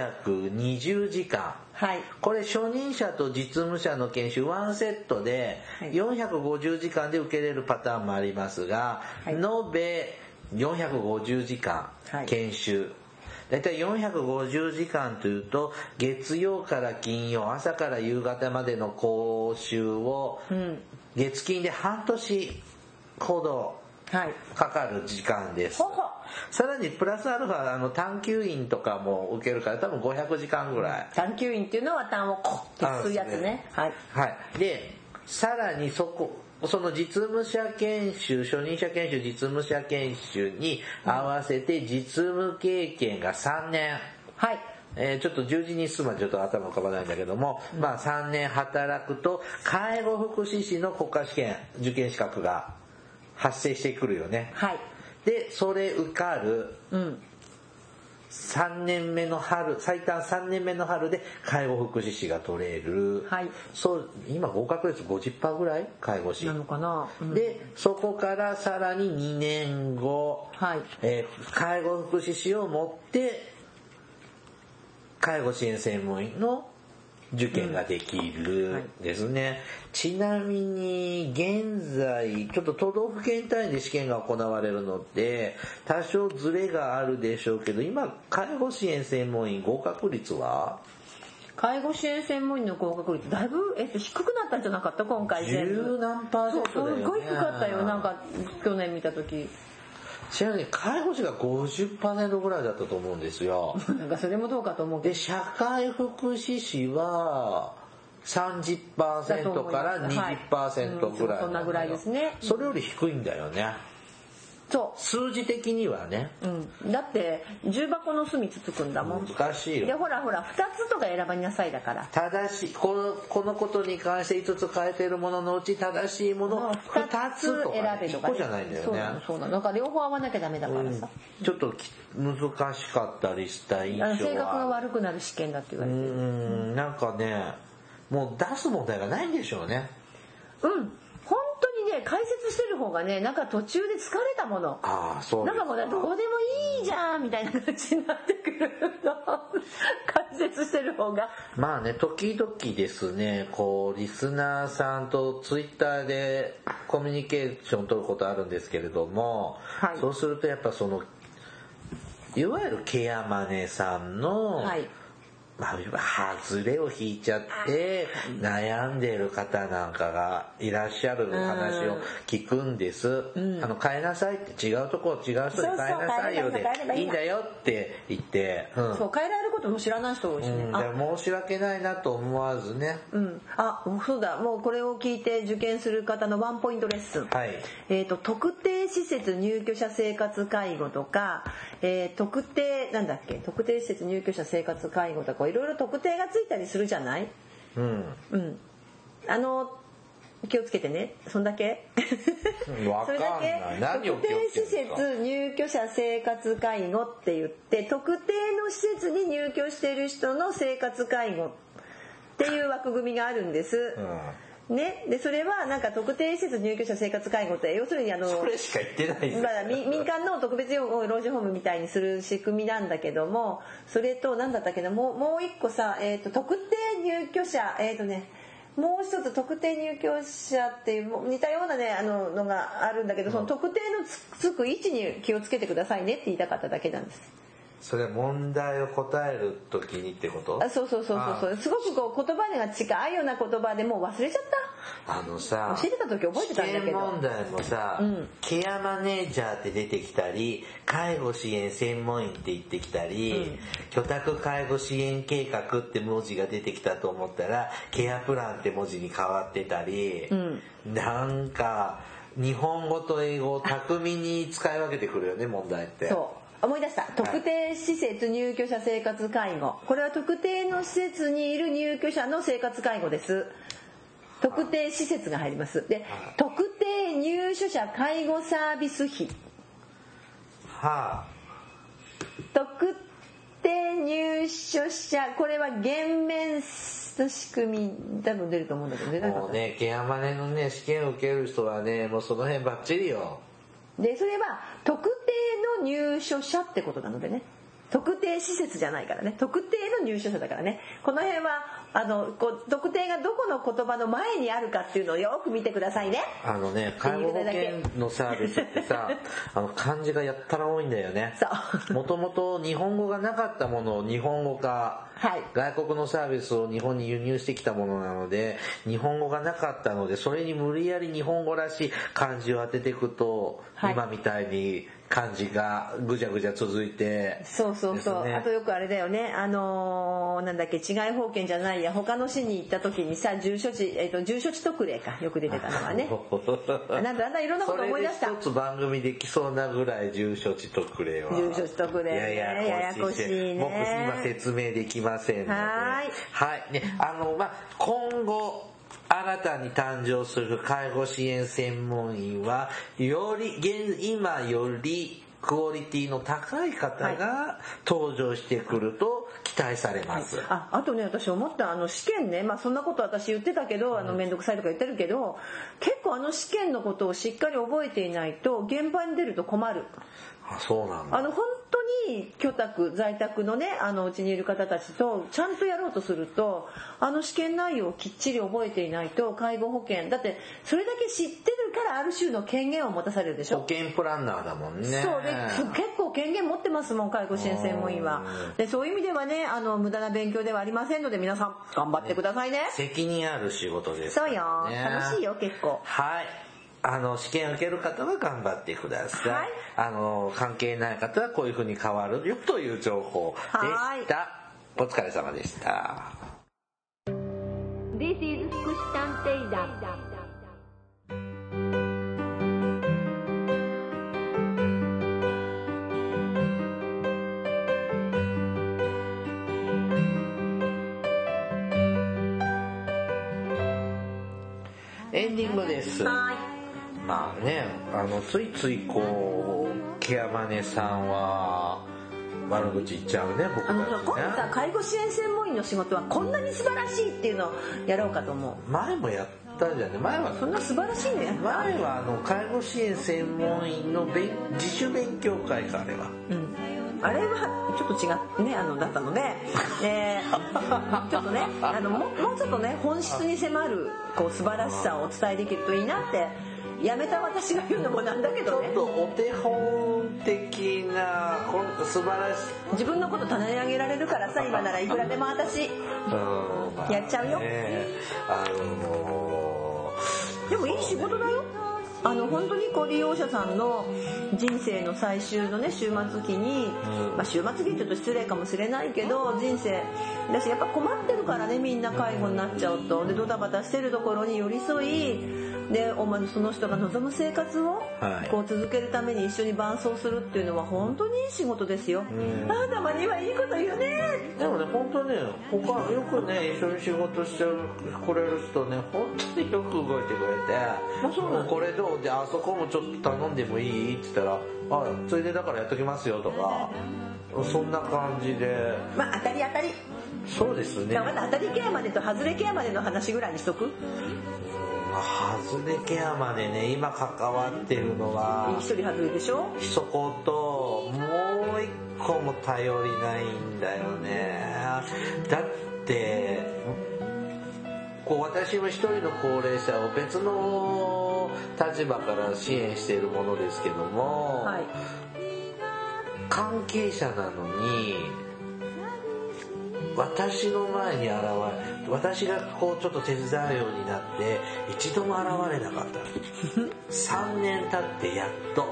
B: 320時間。
A: はい。
B: これ初任者と実務者の研修ワンセットで
A: はい
B: 450時間で受けれるパターンもありますが、
A: はい
B: 延べ450時間
A: はい
B: 研修、だいたい450時間というと月曜から金曜朝から夕方までの講習を
A: うん。
B: 月金で半年ほど
A: はい。
B: かかる時間です
A: ほほ。
B: さらにプラスアルファあの探求員とかも受けるから多分500時間ぐらい
A: 探求員っていうのは単をこって吸うやつ
B: あそうです
A: ね
B: ね。
A: はい。
B: はい、でさらにそこその実務者研修初任者研修実務者研修に合わせて実務経験が3年、
A: はい。
B: えーちょっと十字に進むまでちょっと頭浮かばないんだけども、まあ3年働くと介護福祉士の国家試験受験資格が発生してくるよね
A: はい。
B: でそれ受かる
A: うん。
B: 3年目の春最短3年目の春で介護福祉士が取れる、
A: はい
B: そう今合格率50%ぐらい介護士
A: なのかな。うん、
B: でそこからさらに2年後、
A: はい。
B: えー介護福祉士を持って介護支援専門員の受験ができ
A: うんはい
B: るですね、ちなみに現在ちょっと都道府県単位で試験が行われるので多少ズレがあるでしょうけど今介護支援専門員合格率は
A: 介護支援専門員の合格率だいぶ、えっと、低くなったんじゃなかった今回全
B: 十
A: 部。
B: 何パーセ
A: そ
B: ント
A: う、
B: だよね
A: すごい低かったよ。なんか、去年見た時。
B: ちなみに介護士が50%ぐらいだったと思うんですよ
A: なんかそれもどうかと思うけど。
B: で社会福祉士は30%から20%ぐらい
A: はいうんそんなぐらいですね
B: それより低いんだよね
A: そ
B: 数字的にはね
A: う。うん。だって、重箱の隅つつくんだもん。
B: 難しい
A: で、
B: よ
A: ほらほら、二つとか選ばになさいだから。
B: ただしこのこのことに関して5つ変えてるもののうち正しいもの2つとか,、
A: 選べとか、
B: 1個じゃないんだよ
A: そう
B: ね
A: なのそうなのなんか両方合わなきゃダメだからさ、
B: ちょっとき難しかったりした印象は
A: あの性格が悪くなる試験だって言わ
B: う
A: れてる
B: んなんかねもう出す問題がないんでしょうね
A: うん本当にね解説してる方がねなんか途中で疲れたもの
B: ああそうで
A: な
B: す
A: んかもうねどうでもいいじゃんみたいな感じになってくるの [LAUGHS] 解説してる方が
B: まあね、時々ですね、こう、リスナーさんとツイッターでコミュニケーション取ることあるんですけれども、
A: はい
B: そうするとやっぱその、いわゆるケアマネさんの、
A: はい
B: まあ、外れを引いちゃって悩んでる方なんかがいらっしゃる話を聞くんです。あの、変えなさいって違うとこ違う人に変えなさいよ
A: そうそう変えればいいんだ変えれば
B: で、
A: い
B: いい
A: いん
B: ん
A: だ
B: だよって言って、うん
A: そう変えられることも知らない人多いしね、
B: うん、
A: あ
B: で申し訳ないなと思わずね。
A: うん、あそうだもうこれを聞いて受験する方のワンポイントレッスン、
B: はい。
A: えー、と特定施設入居者生活介護とか、えー特定なんだっけ特定施設入居者生活介護とかいろいろ特定がついたりするじゃない
B: うん。
A: うんあの気をつけてねそんだけ
B: わ
A: そ
B: か
A: れ
B: ん
A: だ
B: ない。何
A: け
B: を
A: 特
B: 気を
A: 定
B: つけ
A: 施
B: てるんですか
A: 設入居者生活介護って言って特定の施設に入居している人の生活介護っていう枠組みがあるんです、ね、でそれはなんか特定施設入居者生活介護って要するにあの
B: うん。それしか言ってないですよ
A: まあ、民民間の特別養護老人ホームみたいにする仕組みなんだけどもそれと何だったっけなもうもう一個さ、えー、と特定入居者えっ、とねもう一つ特定入居者っていうもう似たようなねあののがあるんだけどその特定のつつく位置に気をつけてくださいねって言いたかっただけなんです
B: それ問題を答えるときにってこと
A: あそうそうそうそうそうすごくこう言葉が近いような言葉でもう忘れちゃっ
B: あのさ
A: た、教えてた時覚えてたんだけ
B: 試験
A: ど
B: 問題もさ、
A: うん
B: ケアマネージャーって出てきたり、介護支援専門員って言ってきたり、居宅介護支援計画って文字が出てきたと思ったら、ケアプランって文字に変わってたり、
A: ん
B: なんか、日本語と英語を巧みに使い分けてくるよね、問題って。
A: そう思い出した特定施設入居者生活介護これは特定の施設にいる入居者の生活介護です特定施設が入りますで特定入所者介護サービス費
B: はあ
A: 特定入所者これは減免の仕組み多分出ると思うんだけど出なか
B: もう
A: った
B: ね、ケアマネのね、試験受ける人はね、もうその辺バッチリよ。
A: でそれは特定の入所者ってことなのでね特定施設じゃないからね特定の入所者だからねこの辺はあのこう特定がどこの言葉の前にあるかっていうのをよく見てくださいね
B: あの
A: [LAUGHS]
B: ね、介護保険のサービスってさ、あの漢字がやったら多いんだよね。 [LAUGHS]
A: そう [LAUGHS]
B: もともと日本語がなかったものを日本語化、
A: はい
B: 外国のサービスを日本に輸入してきたものなので、日本語がなかったので、それに無理やり日本語らしい漢字を当てていくと、
A: はい
B: 今みたいに漢字がぐじゃぐじゃ続い
A: [LAUGHS]
B: て、
A: そうそうそう、
B: ですね
A: あとよくあれだよねあのーなんだっけ違い保険じゃないや他の市に行った時にさ住所地、えっと住所地特例かよく出てたのはね
B: [LAUGHS]
A: なんかだんだんいろんなこと思い出し
B: そ
A: た
B: れで一つ番組できそうなぐらい住所地特例は。
A: 住所地特例ね
B: ややこしい
A: ややこしいね
B: 僕今説明できませんので。
A: はーい
B: はい。ね、あの、まあ、今後、新たに誕生する介護支援専門員は、より、現、今より、クオリティの高い方が登場してくると期待されます。
A: ああとね私思ったあの試験ね、まあ、そんなこと私言ってたけどあの面倒くさいとか言ってるけど結構あの試験のことをしっかり覚えていないと現場に出ると困る
B: あ、そうなんだ。
A: あの本当に居宅在宅のねあのうちにいる方たちとちゃんとやろうとするとあの試験内容をきっちり覚えていないと介護保険だってそれだけ知ってるからある種の権限を持たされるでしょ
B: 保険プランナーだもんね。
A: そうでそう結構権限持ってますもん介護支援専門員は
B: うん
A: でそういう意味ではねあの無駄な勉強ではありませんので皆さん頑張ってくださいね
B: 責任ある仕事ですか
A: そう
B: ら
A: よ
B: ね、
A: 楽しいよ結構
B: はいあの試験受ける方は頑張ってください、
A: はい
B: あの関係ない方はこういう風に変わるよという情報
A: は
B: で
A: い
B: したお疲れ様でした
C: This is 福祉探偵団
B: エンディングです
A: はい
B: まあねあのついついこうケアマネさんは悪口言っちゃうね僕
A: あのさ今度
B: たち
A: さ
B: ね
A: 介護支援専門員の仕事はこんなに素晴らしいっていうのをやろうかと思う
B: 前もやったじゃんね前は
A: そんな素晴らしいね
B: 前はあの介護支援専門員の勉自主勉強会かあれは
A: うんあれはちょっと違ってねあのだったので、えー [LAUGHS] ちょっとねあのももうちょっとね本質に迫るこう素晴らしさをお伝えできるといいなってやめた私が言うのもなんだけ
B: ちょ
A: どね
B: っとお手本的なほんと素晴らしい
A: 自分のこと棚に上げられるからさ今ならいくらでも私
B: うんまあ
A: やっちゃうよ
B: ねあの
A: でもいい仕事だよあの本当にこう利用者さんの人生の最終のね終末期に、まあ、終末期ってちょっと失礼かもしれないけど人生だしやっぱ困ってるからねみんな介護になっちゃうとでドタバタしてるところに寄り添いでお前その人が望む生活を
B: はい
A: こう続けるために一緒に伴走するっていうのは本当にいい仕事ですよ。
B: ん
A: あたまにはいいこと言うね
B: でもね本当ね他よくね一緒に仕事してくれる人ね本当によく動いてくれて「
A: そうなの
B: これどう?」で「あそこもちょっと頼んでもいい?」って言ったら「あついでだからやっときますよ」とかそんな感じで
A: まあ当たり当たり
B: そうですね
A: だから当たりケアまでと外れケアまでの話ぐらいにしとく
B: ハズレケアまでね今関わってるのは
A: 一人外れでしょ
B: ひそこともう一個も頼りないんだよねだってこう私も一人の高齢者を別の立場から支援しているものですけども、
A: はい
B: 関係者なのに私の前に現れ私がこうちょっと手伝うようになって一度も現れなかった3年経ってやっと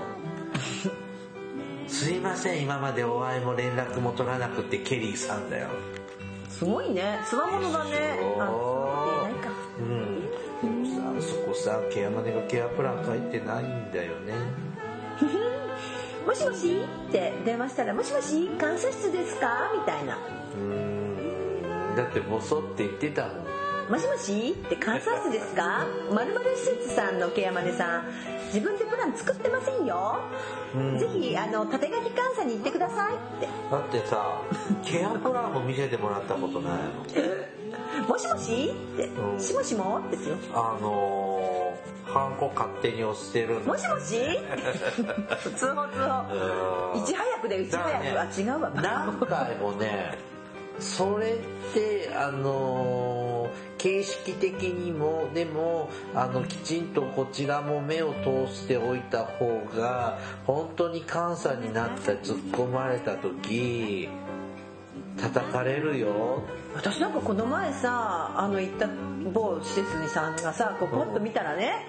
B: 「すいません今までお会いも連絡も取らなくてケリーさんだよ」
A: すごいね。つわものだね。あ、言えないか。
B: うんでもさそこさケアマネがケアプラン書いてないんだよね
A: [LAUGHS] もしもしって電話したら、もしもし監査室ですかみたいな。
B: うんだってボソって言ってたもん
A: もしもしって観察室ですかまるまる施設さんのケアマネさん自分でプラン作ってませんよ、
B: うん
A: ぜひあの縦書き監査に行ってくださいって
B: だってさケアプランも見せてもらったことないの
A: もしもしって、
B: うん
A: しもしもですよ
B: あのー、ハンコ勝手に押してるんだ
A: もしもし
B: [LAUGHS]
A: 通報通報
B: うん
A: いち早くでいち早く、
B: だ
A: あ違うわ
B: 何回もねそれってあのー形式的にもでもあのきちんとこちらも目を通しておいた方が本当に監査になって突っ込まれた時叩かれるよ
A: 私なんかこの前さあの行った某施設にさんがさこうポッと見たらね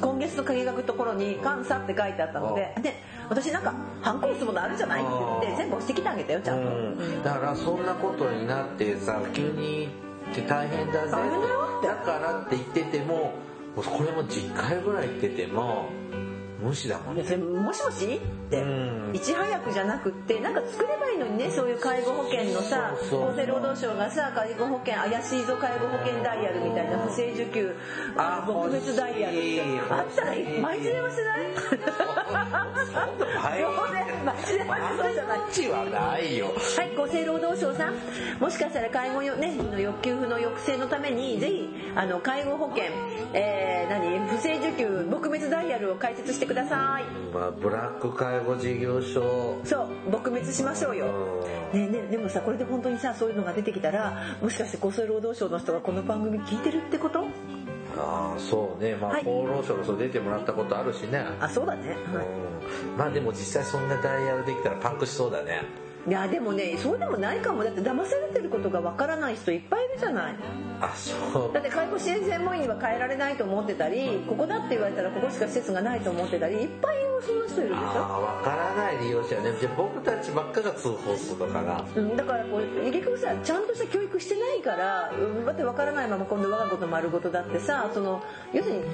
A: 今月の鍵書くところに「監査」って書いてあったのでで私なんか「反抗するものあるじゃない?」って言って全部押してきてあげたよちゃんと。
B: うん、だからそんなことになってさ急に行って大変だぜ
A: 大変だよって
B: だからって言っててももうこれも10回ぐらい言ってても無視だ
A: [LAUGHS]
B: もんね
A: でそれもしもしって、
B: うん
A: いち早くじゃなくってなんか作ればいいのにねそういう介護保険のさ
B: そうそう
A: 厚生労働省がさ介護保険怪しいぞ介護保険ダイヤルみたいな不正受給
B: あ
A: 撲滅ダイヤルって
B: 欲しい
A: あったらいい毎日電話しない
B: はい
A: そうね毎日電話するじゃな
B: 無
A: い
B: 視はないよ
A: はい、厚生労働省さん、もしかしたら介護よ、ね、の欲求不の抑制のために、ぜひ、あの、介護保険、えー、何、不正受給、撲滅ダイヤルを開設してください。
B: まあブラック介護事業所
A: そう、撲滅しましょう
B: う
A: よ。
B: ん
A: ねえねえでもさ、これで本当にさ、そういうのが出てきたら、もしかして厚生労働省の人がこの番組聞いてるってこと
B: ああそうねまあ
A: はい
B: 厚労省の人出てもらったことあるしね、
A: あ、そうだね。はい
B: うんまあでも実際そんなダイヤルできたらパンクしそうだね
A: いや、でもね、そうでもないかも。だって騙されてることがわからない人いっぱいいるじゃない。
B: あそう
A: だって介護支援専門医には変えられないと思ってたりここだって言われたらここしか施設がないと思ってたりいっぱいその人いるでしょ
B: ああ分からない利用者ねじゃあ僕たちばっかが通報するのかな
A: うんだからこう結局さちゃんとした教育してないからうんだって分からないまま今度我が子と丸ごとだってさその要するに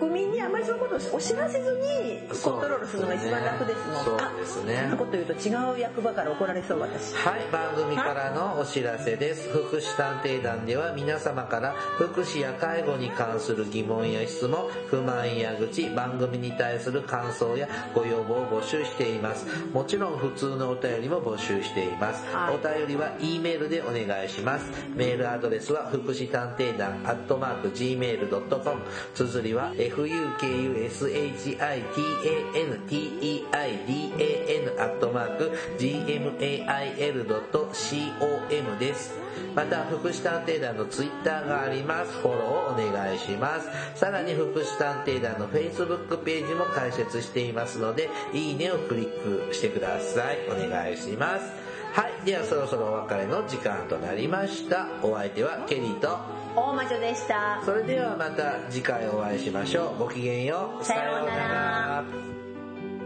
A: 国民にあまりそういうことをお知らせずにコントロールするのが一番楽ですもん
B: そうですね
A: あそんなこと言うと違う役場から怒られそう私
B: はい、番組からのお知らせです。福祉探偵団では皆様から福祉や介護に関する疑問や質問、不満や愚痴、番組に対する感想やご要望を募集しています。もちろん普通のお便りも募集しています。
A: はい
B: お便りは E メールでお願いします。メールアドレスは福祉探偵団アットマーク Gmail.com。綴りは fukushitanteidan アットマーク gmail.com です。また、福祉探偵団のツイッターがあります。フォローをお願いします。さらに、福祉探偵団の Facebook ページも開設していますので、いいねをクリックしてください。お願いします。はい、ではそろそろお別れの時間となりました。お相手はケリーと、
A: 大魔女でした
B: それではまた次回お会いしましょう。ごきげんよう。
A: さようなら
B: ら。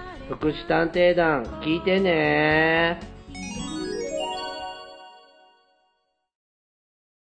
B: 福祉探偵団、聞いてねー。